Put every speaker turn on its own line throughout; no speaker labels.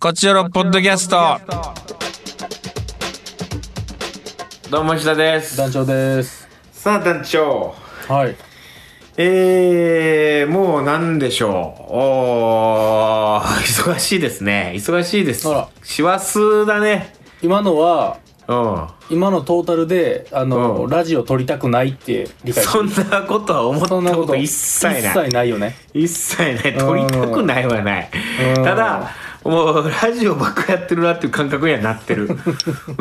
こちらのポッドキャスト。
どうも石田です
団長です
さあ団長
はい
えー、もう何でしょうおー忙しいですね忙しいです
あら
師走だね
今のは
うん
今のトータルであの、
うん
ラジオ撮りたくないって理解
そんなことは思
そんな
った
こ
ことと一切
一
ない
切ないよね
一切ない撮りたくないはない
うん
ただもうラジオばっかやってるなっていう感覚にはなって る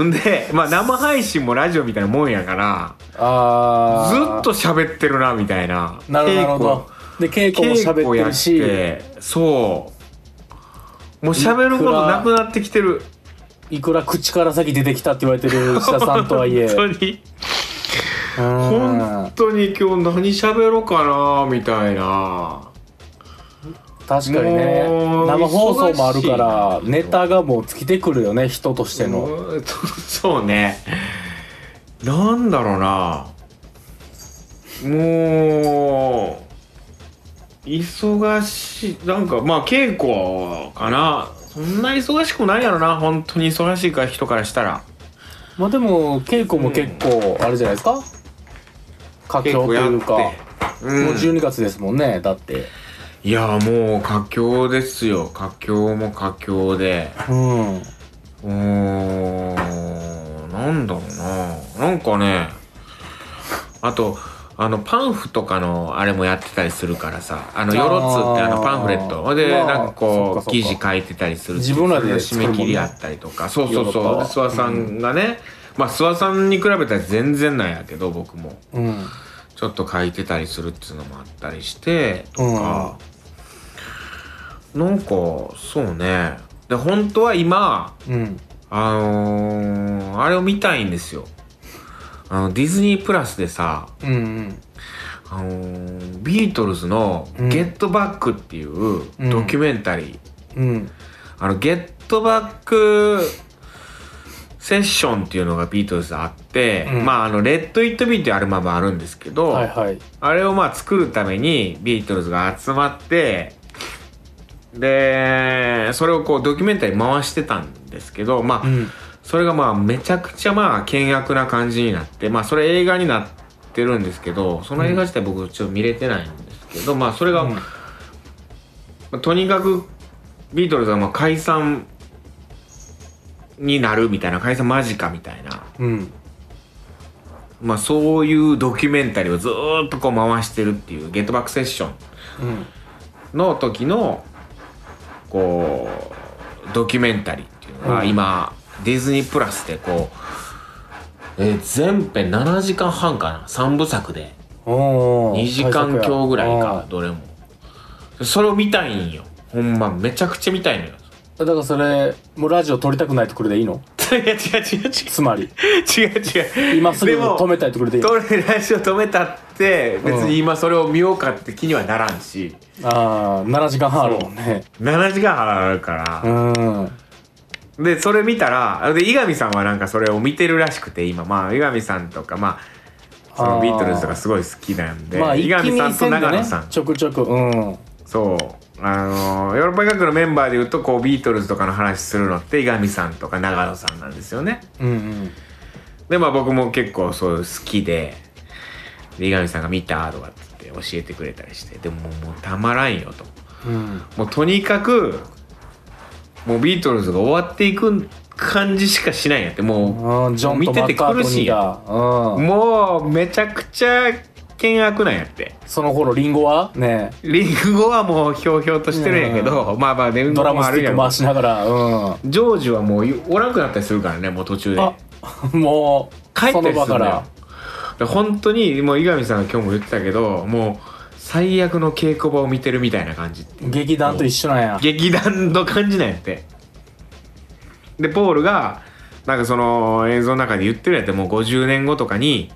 んで、まあ、生配信もラジオみたいなもんやから
あ
ず
ー
っと喋ってるなみたいな
なるほどなるほどで稽古も
稽
喋っ
古
て
や
る
っ
して
そうもう喋ることなくなってきてる
いくら口から先出てきたって言われ てる石田さんとはいえ
本当に
うん
本当に今日何喋ろうかなみたいな
確かにね
もう
生放送もあるか
忙
ら
しいな
ネタがもう尽きてくるよね人としての
うんそう そうねなんだろうなもう忙しいなんかまあ稽古かなそんな忙しくないやろな本当に忙しいか人からしたら
まあでも稽古も結構あれじゃないですか佳
結
境
構
と
や
いう
って
かも
うん
う12月ですもんねだって
いやもう佳境ですよ佳境も佳境で
うん
うーんなんだろうななんかねあとあのパンフとかのあれもやってたりするからさあの
あー
よろつってあのパンフレットほんで
まあ
なんか
そっか
こ
そっ
う
か
記事書いてたりする
自分らで
それの締め切りあったりとかそうそう
ヨーロ
そう
ッ
諏
パは
訪さんがね、まあ諏訪さんに比べたら全然なんやけど僕も
うん
ちょっと書いてたりするっていうのもあったりしてとか、なんかそうねで本当は今
うん
あのー、あれを見たいんですよ。あの、ディズニープラスでさ、
うんうん
あのービートルズの
うん
ゲットバックっていう
うん
ドキュメンタリー。
うん
あの、ゲットバックセッションっていうのがビートルズあって、
うん
まあ、あの、レッド・イット・ビーっていうアルバムあるんですけど、
はいはい
あれをまあ作るためにビートルズが集まって、で、それをこうドキュメンタリー回してたんですけど、まあ、
うん
それがまあめちゃくちゃまあ険悪な感じになってまあそれ映画になってるんですけどその映画自体僕ちょっと見れてないんですけど、まあそれが、
うん
まあとにかくビートルズはまあ解散になるみたいな解散間近みたいな、
うん
まあ、そういうドキュメンタリーをずーっとこう回してるっていう「ゲットバックセッション
うん」
の時のこうドキュメンタリーっていうの
う
が
ん
今、ディズニープラスでこう、えー全編7時間半かな3部作で
おー
2時間強ぐらい
あ
か
ー
どれもそれを見たいんよほんまめちゃくちゃ見たいのよ
だからそれもうラジオ撮りたくないところでいいの
いや違う違う違う
つまり
違う違う
今すぐ
でも
止めたいところでいいの
どれラジオ止めたって別に今それを見ようかって気にはならんし
ああ7時間半あるもんね
7時間半あるから、
うん
でそれ見たらで井上さんはなんかそれを見てるらしくて今まあ井上さんとかまあそ
あ
の
ー
ビートルズとかすごい好きなんで、
まあ
井
一気
上さ
に
んと
せんで
長
ね
野さん
ちょくちょくうん
そうあのーヨーロッパ学のメンバーでいうとこうビートルズとかの話するのって井上さんとか長野さんなんですよね
うんうん
でまあ僕も結構そういう好きでで井上さんが見たとかって教えてくれたりしてでももうたまらんよと
うん
もうとにかくもうビートルズが終わっていく感じしかしないんやってもう
うん、ジョンとマッカートニーが、うん、
もうめちゃくちゃ険悪なんやって
その頃リンゴはね
リンゴはもうひょうひょうとしてるんやけど、まあまあね運
ド
動
ラム
もあ
ス
る
テ
や
ィック
ろ
回しながら、うん、
ジョージはもうおらんくなったりするからねもう途中で
あもう
帰った
そ
りする
の場
ん
か
だよ
ら
で本当にもう井上さんが今日も言ってたけどもう最悪の稽古場を見てるみたいな感じっていう
劇団と一緒なんや
劇団の感じなんやってでポールがなんかその映像の中で言ってるやつもう50年後とかに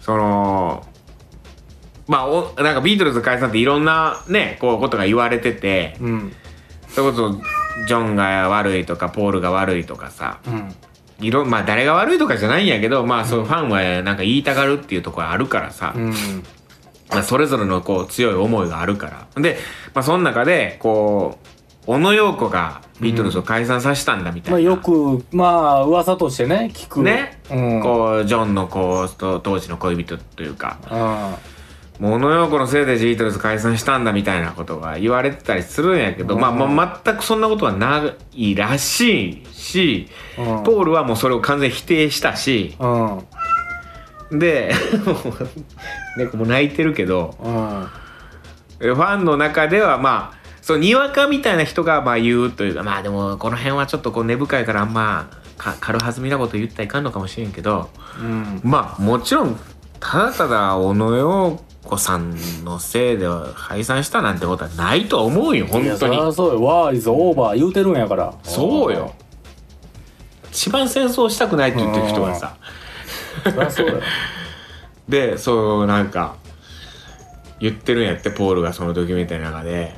そのまあおなんかビートルズ解散っていろんなねこうことが言われてて
うん
それこそジョンが悪いとかポールが悪いとかさ
うん
いろんまあ誰が悪いとかじゃないんやけどまあそうファンはなんか言いたがるっていうところあるからさ、
うん
まあ、それぞれのこう強い思いがあるから。で、まあ、その中でこう小野陽子がビートルズを解散させたんだみたいな、
まあよくまあ噂としてね聞く
ね
うん
こうジョンのこうと当時の恋人というか
うん
もう小野陽子のせいでビートルズ解散したんだみたいなことが言われてたりするんやけど、まあ、まあ全くそんなことはないらしいし、
うん
ポールはもうそれを完全に否定したし
うん
で 猫もう泣いてるけど
うん
えファンの中ではまあそうにわかみたいな人がまあ言うというかまあでもこの辺はちょっとこう根深いからあんまか軽はずみなこと言ったらいかんのかもしれんけど
うん
まあもちろんただただ小野陽子さんのせいで解散したなんてことはないとは思うよ本
いや
当
そり
に
ゃそうよ「わーいぞオーバー」言うてるんやから
そうよ一番戦争したくないって言ってる人がさ
そりゃそうよ
でそうなんか言ってるんやってポールがそのドキュメンタリーの中で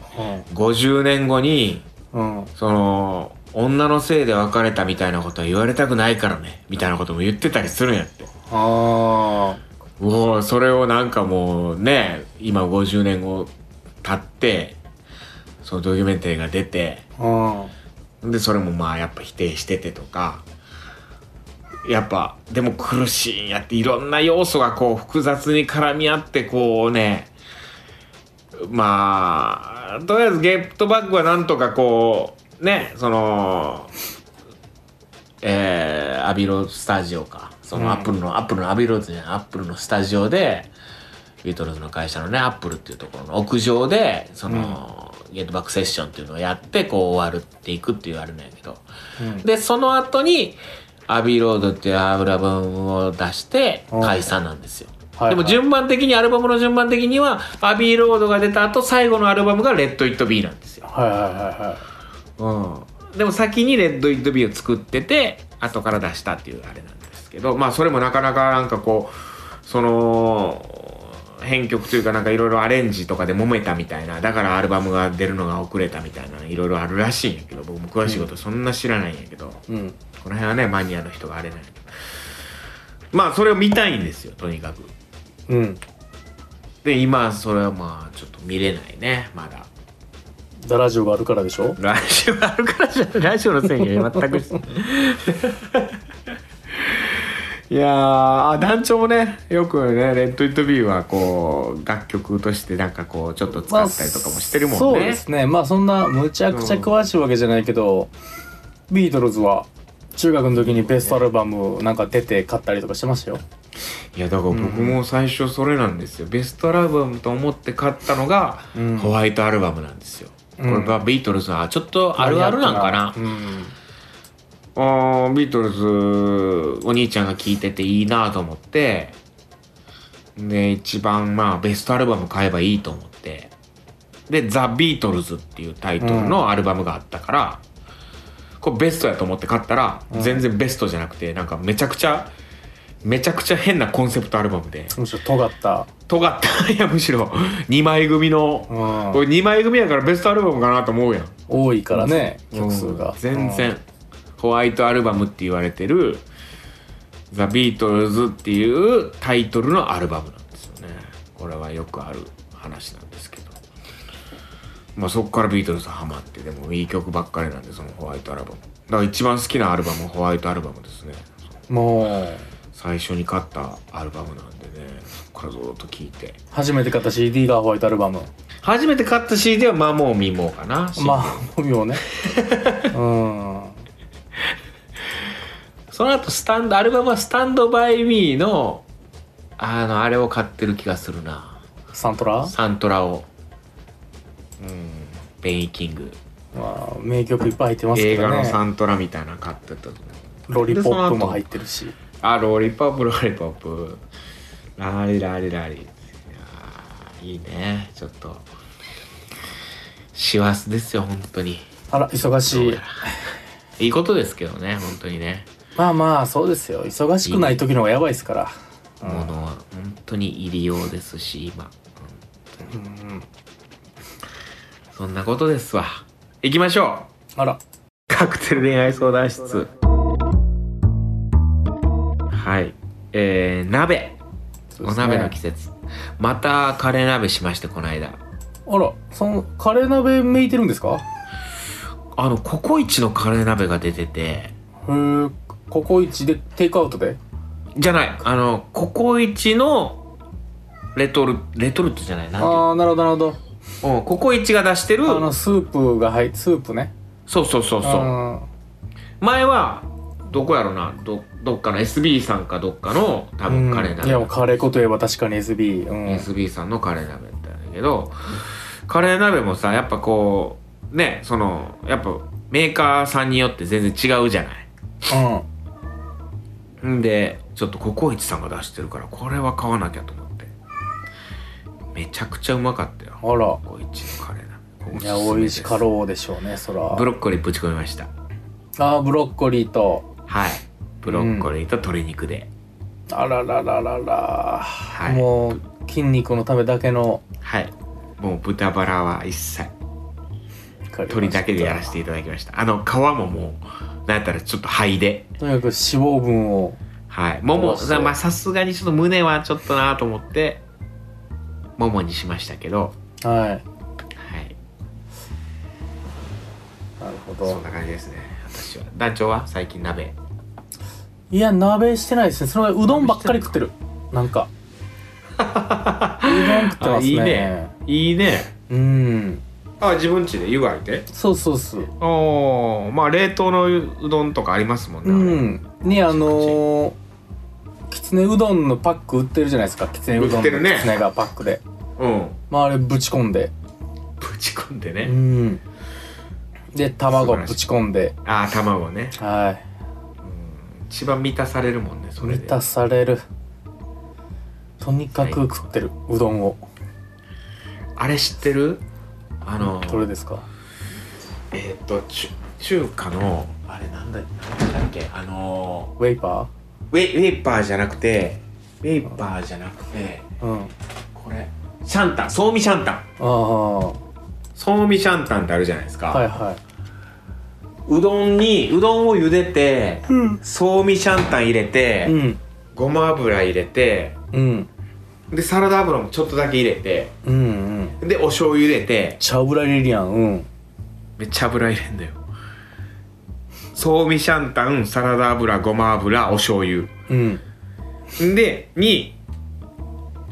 50年後に
うんうん
その女のせいで別れたみたいなことは言われたくないからねみたいなことも言ってたりするんやってう
あ
おーそれをなんかもうね今50年後経ってそのドキュメンタリーが出て
あうん
でそれもまあやっぱ否定しててとかやっぱでも苦しいんやっていろんな要素がこう複雑に絡み合ってこうねまあとりあえずゲットバックはなんとかこうねそのえーアビロスタジオかそのアップルの、アップルのアビロズじゃないアップルのスタジオでビートルズの会社のねアップルっていうところの屋上でその、ゲートバックセッションっていうのをやってこう終わるっていくっていうあれなんやけど、
うん
でその後にアビーロードっていうアラバムを出して
うん
解散なんですよ、
はいは
で
い
も順番的にアルバムの順番的にはアビーロードが出た後最後のアルバムが「レッド・イット・ビー」なんですよ、
はいはいはいはい
でも先に「レッド・イット・ビー」を作ってて後から出したっていうあれなんですけどまあそれもなかなかなんかこうその編曲というかなんかいろいろアレンジとかで揉めたみたいなだからアルバムが出るのが遅れたみたいないろいろあるらしいんやけど僕も詳しいことそんな知らないんやけど、こ
うん
の辺はねマニアの人があれなんやけどまあそれを見たいんですよとにかく
うん
で今それはまあちょっと見れないねまだ
ダラジオがあるからでしょ
来週あるからじゃない来週のせいには全くいやーあ団長もねよくね「レッド・イット・ビー」はこう楽曲としてなんかこうちょっと使ったりとかもしてるもんね、
そうですねまあそんなむちゃくちゃ詳しいわけじゃないけど、ビートルズは中学の時にベストアルバムなんか出て買ったりとかしてましたよ
いやだから僕も最初それなんですよ、ベストアルバムと思って買ったのが、
うん
ホワイトアルバムなんですよ、
うん
これがビートルズのあちょっとあるあるなんかな、
うん
あービートルズお兄ちゃんが聴いてていいなと思ってで一番まあベストアルバム買えばいいと思ってで「ザ・ビートルズ」っていうタイトルのアルバムがあったから、これベストやと思って買ったら全然ベストじゃなくてなんかめちゃくちゃめちゃくちゃ変なコンセプトアルバムで
むしろ尖った
尖ったいやむしろ2枚組の
うん
これ2枚組やからベストアルバムかなと思うやん
多いからね曲数が
うん全然ホワイトアルバムって言われてる「ザ・ビートルズ」っていうタイトルのアルバムなんですよねこれはよくある話なんですけどまあそこからビートルズはまってでもいい曲ばっかりなんでそのホワイトアルバムだから一番好きなアルバムはホワイトアルバムですね
うんもう
最初に買ったアルバムなんでねそこからずっと聴いて
初めて買った CD がホワイトアルバム
初めて買った CD は「まあもう見もう」かな
まあ本 名ねうん
その後スタンドアルバムは「スタンドバイミーの」あのあれを買ってる気がするな
サントラ
サントラをうんベン・イキング
まあ名曲いっぱい入ってますけ
映
ど
画の
ね
サントラみたいなの買ってた
ロリポップも入ってるし
あロリポップロリポップラリラリラリいやーいいねちょっと師走ですよ本当に
あら忙しい
いいことですけどね本当にね
まあまあそうですよ忙しくない時の方がやばいですから
ものは本当に入りようですし今
うん
そんなことですわ行きましょう
あら
カクテル恋愛相談室はいえー、鍋
そうで
お
すね
鍋の季節、またカレー鍋しましてこの間
あらそのカレー鍋めいてるんですか
あのココイチのカレー鍋が出てて
へえココイチでテイクアウトで
じゃないあのココイチのレトルレトルトじゃないなんていう
ああなるほどなるほど
うんココイチが出してる
あのスープが入っスープね
そうそうそうそう
あ
前はどこやろなどどっかの SB さんかどっかの多
ー
分カレー
うんい
鍋、
やもうカレー粉といえば確かに SB うん、
SB さんのカレー鍋だったんだけどカレー鍋もさやっぱこうねそのやっぱメーカーさんによって全然違うじゃないんでちょっとココイチさんが出してるからこれは買わなきゃと思ってめちゃくちゃうまかったよ
うん、あら
ココイチのカレー鍋
いや美味しか
ロ
ろうでしょうねそら
ブロッコリーぶち込みました
あーブロッコリーと
はいブロッコリーと鶏肉で、
あららららら、
い
もう筋肉のためだけの
はいもう豚バラは一切鶏だけでやらせていただきましたあの皮ももうなんやったらちょっと肺で
とにかく脂肪分を
はいもも
どうして
まあさすがにちょっと胸はちょっとなと思ってももにしましたけど
はい
はい
なるほ
そ
ど
んな感じですね私は団長は最近鍋
いや鍋してないですねそのうどんばっかり食ってるなんかうどん食ってますね
あいいねいいね
うん
あ自分家で湯がいて
そうそうっす
おおまあ冷凍のうどんとかありますもんね、
う
あれ
んねあのーきつねうどんのパック売ってるじゃないですかきつねうど
売っ
ん
て
の
るね
きつねがパックで、
うん
まああれぶち込んで
ぶち込んで
う
ね、
んで卵ぶち込んで
ああ卵ね
はい
一番満たされるもんねそれ
満
で
たされるとにかく食ってるうどんを
あれ知ってるあの
どれですか
えーっ、と中中華のあれなんだなんだっけあの
ウェイパ
ウェイウェイパーじゃなくてウェイパーじゃなくて
ーうんあ
これシャンタンソーミシャンタン
あは
ソーミシャンタンってあるじゃないですか、
いは
うどんにうどんを茹でて
いうん
ソーミシャンタン入れて、
うん
ごま油入れて
うん
でサラダ油もちょっとだけ入れて
うんうん
でお醤油入れて
チャブラリリアンうん
めっちゃ油入れんだよソーミシャンタンサラダ油ごま油お醤油
うん
でに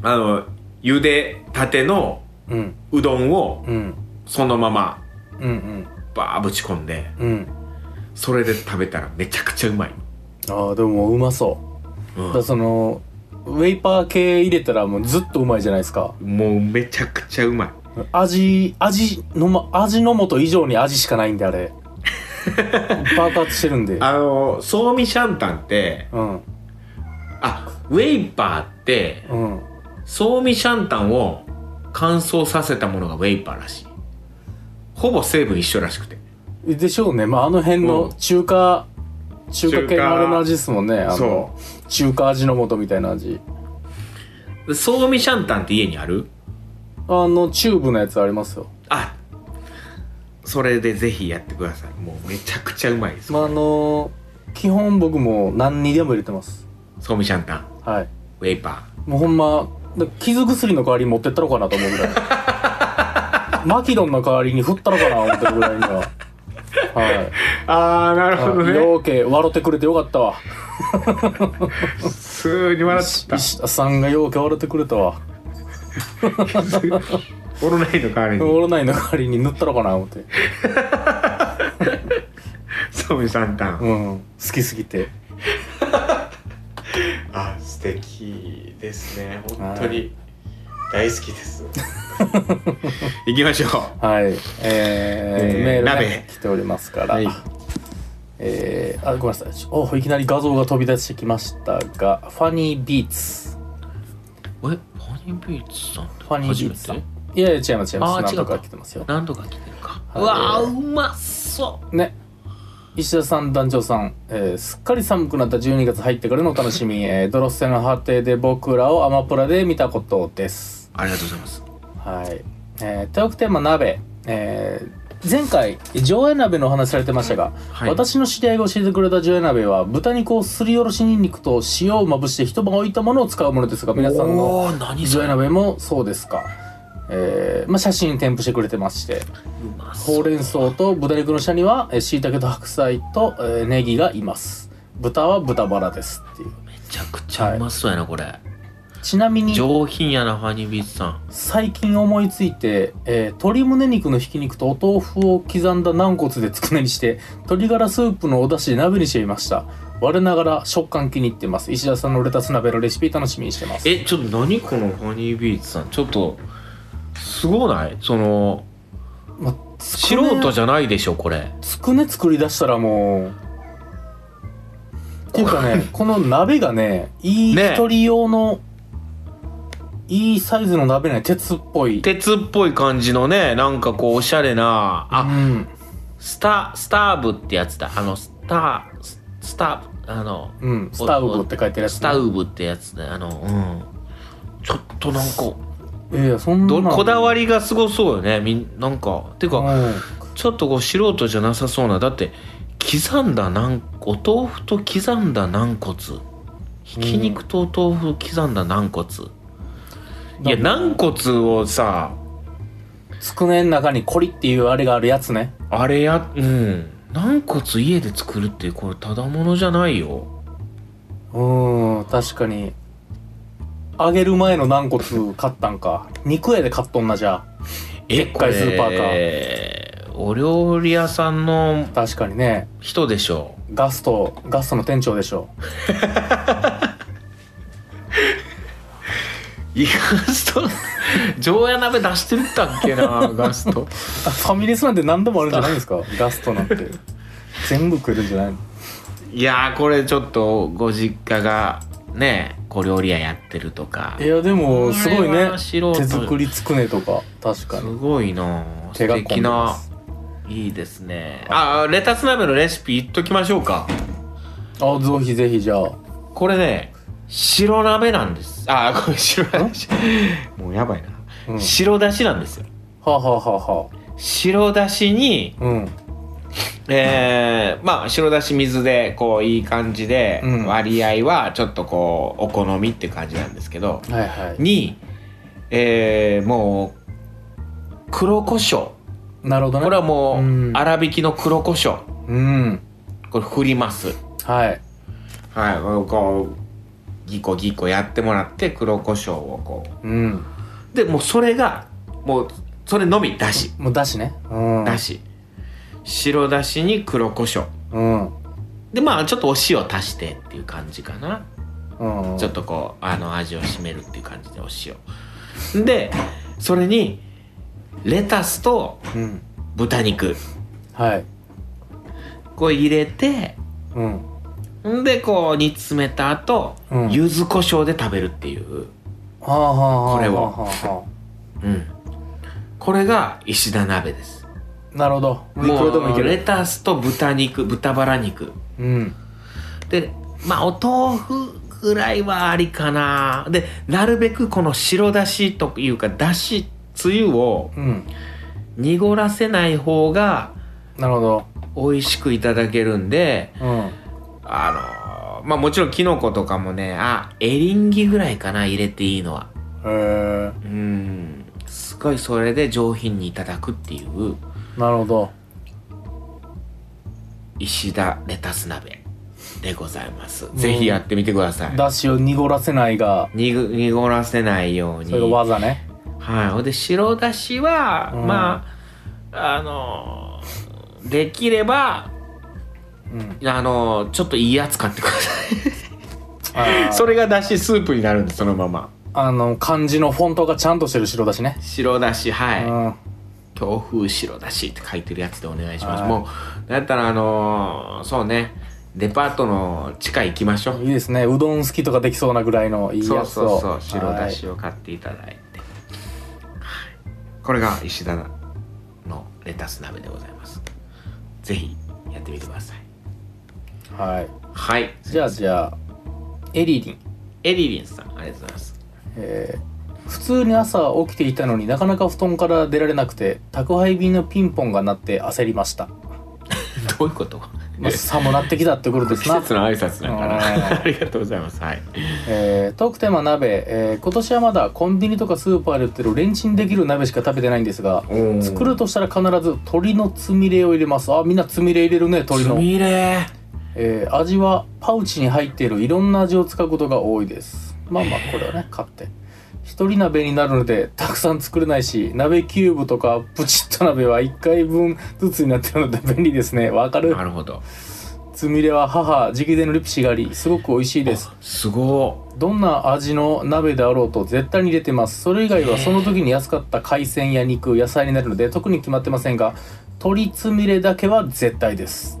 あの茹でたての
うん
うどんを
うん
そのまま
うんうん
バーぶち込んで
うん
それで食べたらめちゃくちゃうまい、
ああでもうまそううだからそのウェイパー系入れたらもうずっとうまいじゃないですか
ん、もうめちゃくちゃうまい
味味の、ま、味の素以上に味しかないんで あれ爆発してるんで
あのソーミシャンタンって
うん
あウェイパーって
うん
ソーミシャンタンを乾燥させたものがウェイパーらしいほぼ成分一緒らしくて
でしょうね、まあ、あの辺
う
の
ん
中華、中華系
中華
のあれの味ですもんねあ
そ
の中華味の素みたいな味
でソーミシャンタンって家にある
あのチューブのやつありますよ、
あそれでぜひやってくださいもうめちゃくちゃうまいです、
まあ、あの基本僕も何にでも入れてます
ソーミシャンタン
はい
ウェイパ
もうほんまだ傷薬の代わりに持ってったのかなと思うぐらい マキドンの代わりに振ったのかな思ってるぐらいにははい
ーああなる
あようけ笑ってくれてよかったわ
普通に笑
石 田さんがようけ笑ってくれたわ
オロナインの代わりに
オロナインの代わりに塗ったのかな思って
ソーミシャンタン
うん好きすぎて
あ素敵ですね
本当に
大好きです 行きましょう
はい、えー
えー
メールがね、
鍋
来ておりますから、
はい
えーあごめんなさいちょおいきなり画像が飛び出してきましたがファニービーツ
えファニービーツさん
ファニービーツさんいやいや違います違います
あー
なん
違
と
う
か
か
来てますよ
何度か来てるか、
はいう
わーうまそう
ね石田さん団長さん、えーすっかり寒くなった12月入ってからのお楽しみ「えードロッセの果て」で僕らをアマプラで見たことです
ありがとうございます
はい。えー、トークテーマ鍋。えー前回、上映鍋のお話されてましたが、
はい
私の知り合いが教えてくれた上映鍋は、豚肉をすりおろしにんにくと塩をまぶして一晩置いたものを使うものですが、皆さんの
おー何そ
上
れ
映鍋もそうですか。えーまあ、写真添付してくれてまして
うま
ほ
そう
れん草と豚肉の下にはえー椎茸と白菜と、えーネギがいます豚は豚バラですっていう
めちゃくちゃうまそうやなこれ、
ちなみに
上品やなファニービーツさん
最近思いついて、えー鶏胸肉のひき肉とお豆腐を刻んだ軟骨でつくねにして鶏ガラスープのお出汁で鍋にしてみました我ながら食感気に入ってます石田さんのレタス鍋のレシピ楽しみにしてます
えちょっと何このファニービーツさんちょっとすごないその
まあつく
素
ね
人じゃないでしょこれ
つくね作り出したらもうっていうかねこの鍋がねいい
ね
一人用の、いいサイズの鍋ね鉄っぽい
鉄っぽい感じのねなんかこうおしゃれな
う
あ
ん
スタスターブってやつだあのスターススターあの
うんスタウブって書いてるやつ、
スタウブってやつねあのうんちょっとなんか
いやいやそんな
どこだわ
り
りがすごそうよねみんなんかてかちょっとこう素人じゃなさそうなだって刻んだ軟お豆腐と刻んだ軟骨ひき肉とお豆腐刻んだ軟骨、いや軟骨をさ
つくねの中にコリっていうあれがあるやつね
あれやうん軟骨家で作るってこれただものじゃないよ
うん確かに揚げる前の軟骨買ったんか肉屋で買っとんなじゃ
え
でっかいスーパーか
ーかお料理屋さんの
あ確かにね
人でしょ
ガストガストの店長でしょ
いやガスト常夜鍋出してるったっ けなガスト
あファミレスなんて何でもあるんじゃないんです かガストなんて全部食えるんじゃないの
いやーこれちょっとご実家がね小料理屋やってるとか
いやでもすごい
これ
ね
は素人
手作りつくねとか確か
す
に
ごいなあ
手
素
が込ん
敵
でま
な
す
いいですねあレタス鍋のレシピ言っときましょうか
あぜひぜひじゃあ
これね白鍋なんですあこれ白鍋もうやばいな、
うんは
白だしなんですよ
あはあはあは
白だしに
あうん
えーまあ白だし水でこういい感じで、
うん
割合はちょっとこうお好みって感じなんですけど
はいはい
に、えーもう黒胡椒
なるほどね
これはも
う
うん粗挽きの黒胡椒
うん
これ振ります
はい
はいこうこうギコギコやってもらって黒胡椒をこ
うん
うでもうそれがもうそれのみだし
もうだしねうん
だし白だしに黒胡椒
うん
でまあちょっとお塩足してっていう感じかな
うん
ちょっとこうあの味を締めるっていう感じでお塩でそれにレタスと
うん
豚肉
はい
こう入れて
うん
んでこう煮詰めた後、
うん
柚子胡椒で食べるっていう、
はあはあはあ
これを
はあは
うん、これが石田鍋です
あなるほどいく
も
らでもいけ
うレ
る
タスと豚肉豚バラ肉
うん
でまあお豆腐ぐらいはありかなでなるべくこの白だしというかだしつゆを
うん
濁らせない方が
なるほど
美味しくいただけるんで
うん
あのーまあもちろんキノコとかもねあエリンギぐらいかな入れていいのは
へ
うんすごいそれで上品にいただくっていう
えなるほど
石田レタス鍋でございますぜひやってみてください
だしを濁らせないが
にぐ濁らせないように
それが技ね
はいほんで白だしは、
うん
まああのーできれば
うん
あのーちょっといいやつ買ってくださ
あー
いそれがだしスープになるんですそのまま
あの漢字のフォントがちゃんとしてる白だしね
白だしはい、
うん
強風白だしって書いてるやつでお願いします、
はい
もうだったらあのーそうねデパートの地下行きましょう
いいですねうどん好きとかできそうなぐらいのいい
そ
や
う
つ
そう
を
そう白だ
はい
しを買っていただいて、はいこれが石田のレタス鍋でございますぜひやってみてください
はい
はい
じゃあじゃあエリリン
エリリンさんありがとうございます
えー普通に朝起きていたのになかなか布団から出られなくて宅配便のピンポンが鳴って焦りました
どういうこと
まあ、寒なってきたってことです
季
な
節の挨拶だから
あ
ありがとうございますはい
えートークテーマ鍋、えー今年はまだコンビニとかスーパーで売ってるレンチンできる鍋しか食べてないんですが作るとしたら必ず鶏のつみれを入れますあみんなつみれ入れるね
つ
鶏の、
みれ
えー味はパウチに入っているいろんな味を使うことが多いですまあまあこれはね買って一人鍋になるのでたくさん作れないし鍋キューブとかプチッと鍋は1回分ずつになってるので便利ですねわかる
なるほど
つみれは母直伝のレピシがありすごく美味しいです
すご
どんな味の鍋であろうと絶対に入れてますそれ以外はその時に安かった海鮮や肉野菜になるので特に決まってませんが鶏つみれだけは絶対です、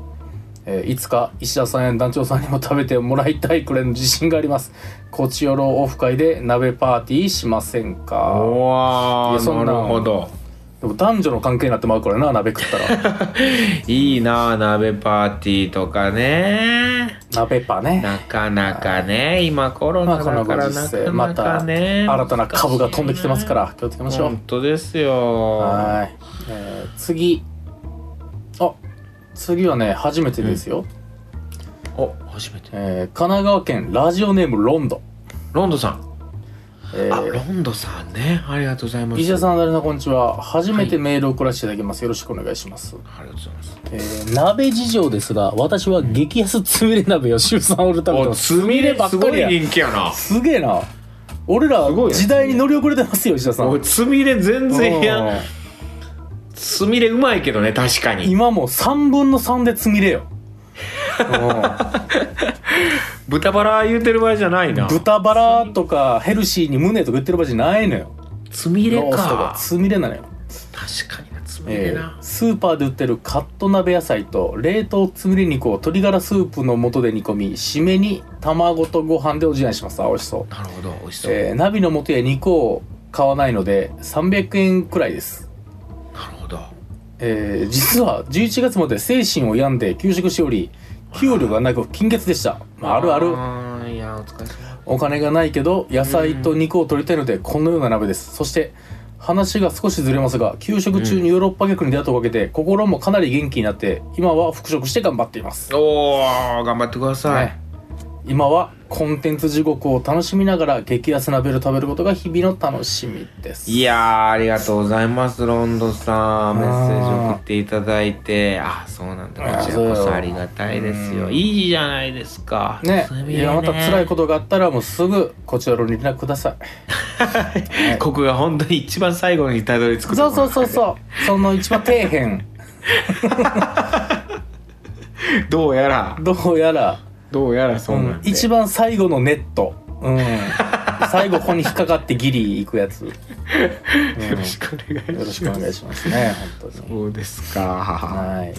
えーいつか石田さんや団長さんにも食べてもらいたいくらいの自信がありますこちよろオフ会で鍋パーティーしません
い
か
お
い
わ
やそん
ー
な
なるほど
でも男女の関係になってまうからな鍋食っ たら
いいなあ鍋パーティーとかね
鍋パね
なかなかね今コロ
まあ
ナ
こ
だ
のご
から
時
な
世
か
ま
な
た
かね
新たな株が飛んできてますから気をつけましょう、
本当ですよ
はい、えー次あ次はね初めてですよ、
お初めて
えー神奈川県ラジオネームロンド、
ロンドさん、
え
あロ
ー
ンドさんねありがとうございます
石田
ん
さん、誰さん、こんにちは。初めてメールを送らせていただきます。よろしくお願いします。
ありがとうございます
えー鍋事情ですが、私は激安つみれ鍋を週3オール食べて
お
ます。
つみればっかり
や
すごい人気やな
すげえな。俺ら
すごい、ね
時代に乗り遅れてますよ、石田さん。
おつみれ全然
うん
やつみれうまいけどね確かに
今もう3分の3でつみれよ。うん
豚バラ言うてる場合じゃないな
豚バラとかヘルシーに胸とか言ってる場合じゃないのよ。
つみれ
ロースとか
か
つみれなのよ、
確かになつみれ
え
な、
ースーパーで売ってるカット鍋野菜と冷凍つみれ肉を鶏ガラスープの素で煮込み締めに卵とご飯でおじやにしますあ美味しそう、
なるほど美味しそう、
えー、ナビの素や肉を買わないので300円くらいです
なるほど
えー実は11月まで精神を病んで休職しており給料がなく金欠でした、まあ、あるある
るいやお疲れ様
お金がないけど野菜と肉を取りたいのでこのような鍋ですそして話が少しずれますが給食中にヨーロッパ客に出会ったおかげで心もかなり元気になって今は復職して頑張っています、
おお頑張ってください、
ね今はコンテンツ地獄を楽しみながら激安鍋を食べることが日々の楽しみです
いやーありがとうございますロンドさんメッセージ
あー
送っていただいてあそうなんだこちらこ
そう
そ
よ
ありがたいですよ
うん
いいじゃないですか
ね
つみれ
いやまた辛いことがあったらもうすぐこちらの連絡ください
ここが本当に一番最後にたどり着くとこ
そ
ろ
うそうそうそう その一番底辺
どうやら
どうやら
どうやらそうなんで、
一番最後のネット、 うん、最後ここに引っかかってギリ行くやつ、うんよ
よろしくお願いします
ろしくお願いしますね本当に
そうですか
はい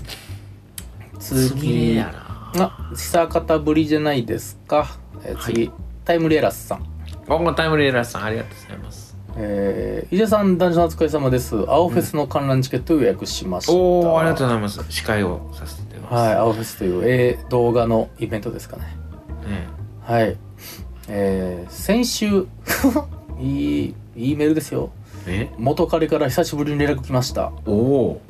つみれ
次
やな
あ久方ぶりじゃないですか、えー次、タイムレーラスさん
今後タイムレーラーさんありがとうございます
えー、伊勢さん男女のお疲れ様です青フェスの観覧チケットを予約しました、
おおありがとう
う
ございます司会をさせていただきます
はい青フェスという、えー動画のイベントですかね
ね
はい。えー先週、 いい、いいメールですよ。
え
元彼から久しぶりに連絡来ました。
おお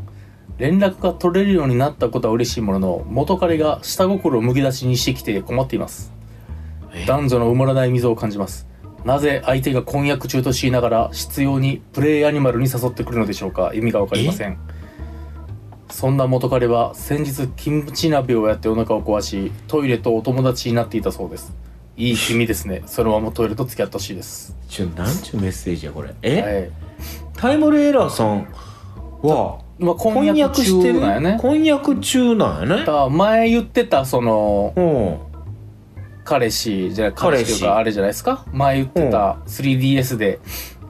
連絡が取れるようになったことは嬉しいものの、元彼が下心をむき出しにしてきて困っています
え。
男女の埋まらない溝を感じます。なぜ相手が婚約中と知りながら執拗にプレイアニマルに誘ってくるのでしょうか意味がわかりませんそんな元彼は先日キムチ鍋をやってお腹を壊しトイレとお友達になっていたそうですいい気味ですねそのままトイレと付き合ってほしいです
ちょなんちゅうメッセージやこれえ、
はい
タイムレーラーさんは
まあ婚
婚
約
約して
中
る
なんやね
婚約中なんやね
だから前言ってたその
うん
彼氏じゃない彼氏とい
彼
うか
氏
あれじゃないですか前言ってた 3DS で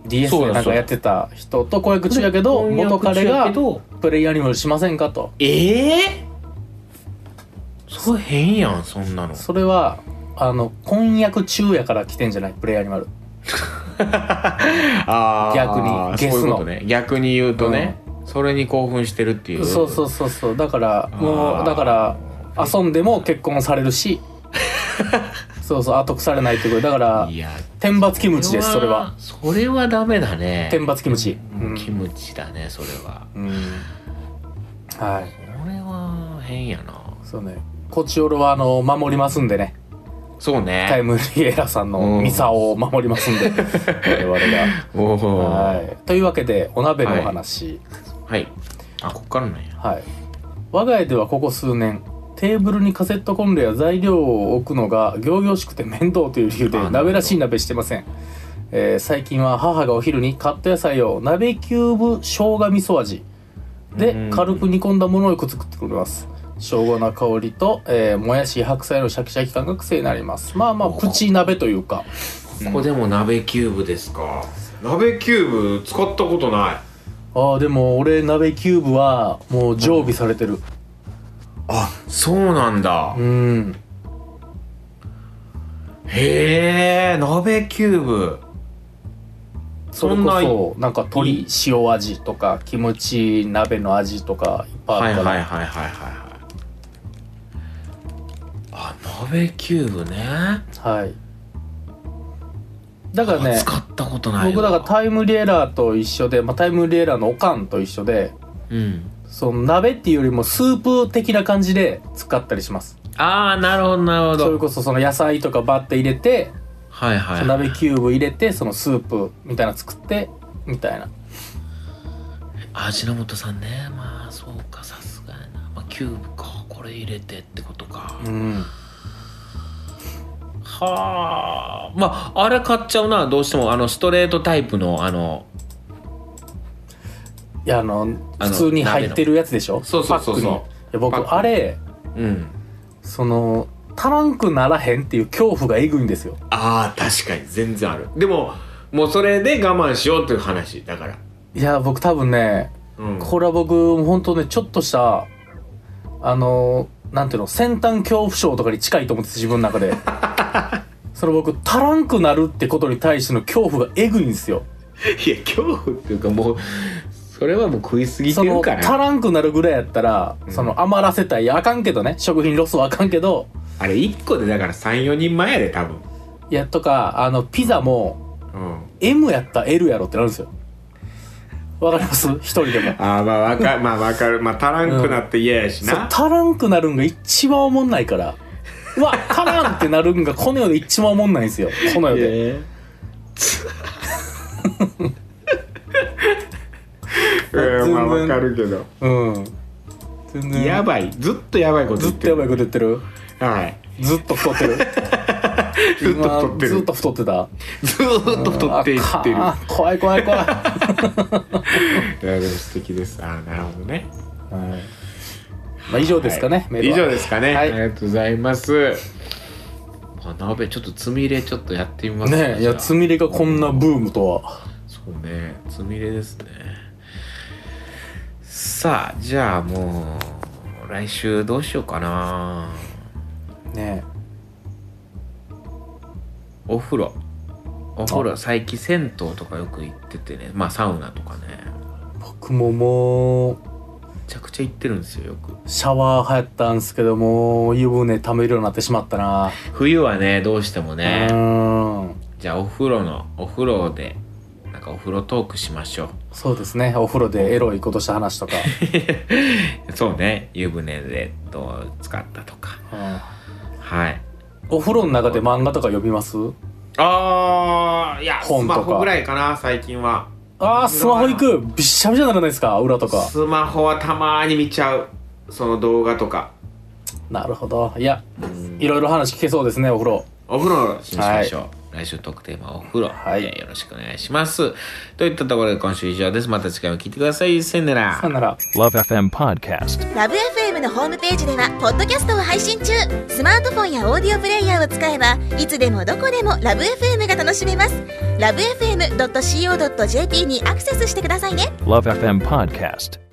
DS
そう
で
だ
なん
そ
か
うだ
やってた人と婚約中やけど元彼がプレイアニマルしませんかと
ええそう変やんそんなの
それはあの婚約中やから来てんじゃないプレイアニマル
あー
逆にゲス
そ
の
ういうことね逆に言うとね、それに興奮してるっていう
そうそうそうそうだからも
あ
う
ー
だから遊んでも結婚され るしそうそう後腐れないってことだから
いや
天罰キムチですそれは
それはダメだね
天罰キムチ
もうキ
う
ムチだねそれは
ん、うんはい
これは変やな
そうねコチオロはあの守りますんでね
そう
タイ
ね
ムリエラさん
う
の
ん
ミサを守りますんで我々
お
が。
お
はい、というわけでお鍋のお話、
はいあこっからなんや
はい我が家ではここ数年テーブルにカセットコンロや材料を置くのが仰々しくて面倒という理由で
あなるほど
鍋らしい鍋してません、えー最近は母がお昼にカット野菜を鍋キューブ生姜味噌味で
うん
軽く煮込んだものをよく作ってくれます生姜の香りと、えーもやし白菜のシャキシャキ感が癖になりますまあまあプチ鍋というか
ここでも鍋キューブですか
鍋キューブ使ったことない
ああでも俺鍋キューブはもう常備されてる
あそうなんだ
うん
へえ鍋キューブ
それ
そんな
こそなんか鶏塩味とかキムチ鍋の味とかいっぱ
はい
いあ
は
る
い
から、
はいはいはいはいあ鍋キューブね
はいだからね
使ったことない
僕だからタイムリエラーと一緒で、まあ、タイムリエラーのおかんと一緒で
らうん
その鍋っていうよりもスープ的な感じで使ったりします
ああなるほどなるほ
それ
ど
こそその野菜とかバッて入れて、
はいはい
鍋キューブ入れてそのスープみたいなの作ってみたいな
味の素さんねまあそうかさすがやな、まあ、キューブかこれ入れてってことか
うん
はあまああれ買っちゃうなどうしてもあのストレートタイプのあの
いやあの
あ
普
の
通に入ってるやつでしょ
そうそうそうそう
パックにいや
パッ
僕
ク
あれ
うん
その足らんくならへんっていう恐怖がえぐいんですよ
ああ確かに全然あるでももうそれで我慢しようっていう話だから
いや僕多分ね
うん
これは僕本当ねちょっとしたあのなんていうの先端恐怖症とかに近いと思ってて自分の 中でその僕足らんくなるってことに対しての恐怖がえぐいんですよ
いや恐怖っていうかもうそれはもう食いすぎて
その
る
足
から
らんくなるぐらいやったら、その余らせたいいやあかんけどね食品ロスはあかんけど
あれ1個でだから34人前やで多分
いやとかあのピザも
うん
M やったら L やろってなるんですよわかります一人でも
ああまあわかまあわかるまあ足らんくなって嫌やし
そう
な、
足らんくなるんが一番おもんない からうわ足らんってなるんがこの世で一番おもんないんですよこの世
い
で
や うんまあわかるけど、
うん全然
やばいずっとやばいこと
ず
言
っ
って
と
る
やばいこと言ってる
はい
ずっと太って る
ずっと太ってる
今ずっと太ってた
ずーっと太っていってる
あかん怖い怖い怖い、はい
やでも素敵ですああなるほどね
いまあ、以上ですかね、メール
以
は
上ですかね、
はい
ありがとうございます
あ鍋ちょっとつみれちょっとやってみます
ねえいやつみれがこんなブームとは
そうねつみれですねさあじゃあもう来週どうしようかな
ね
お風呂お風呂最近銭湯とかよく行っててねまあサウナとかね
え僕ももう
めちゃくちゃ行ってるんですよよく
シャワー流行ったんですけどもう湯船溜めるようになってしまったな、
冬はねどうしても
う
ね
ーん
じゃあお風呂のお風呂でなんかお風呂トークしましょう
そうですねお風呂でエロいことした話とか、
そうね湯船でどう使ったとか
うん
はい
お風呂の中で漫画とか読みます
ああいやス
本と
マ
か
ホぐらいかな最近は
あースマホ行くびっしゃびしゃにならないですか裏とか
スマホはたまに見ちゃうその動画とか
なるほどいやいろいろ話聞けそうですねお風呂
お風呂
しましょう、来週特テーマはお風呂、
はい
えーよろしくお願いしますといったところで今週以上ですまた次回も聞いてくださいさよなら
さよなら
Love FM Podcast.
ラブ f m のホームページではポッドキャストを配信中スマートフォンやオーディオプレイヤーを使えばいつでもどこでもラブ f m が楽しめますラブ FM.co.jp にアクセスしてくださいね
Love FM Podcast.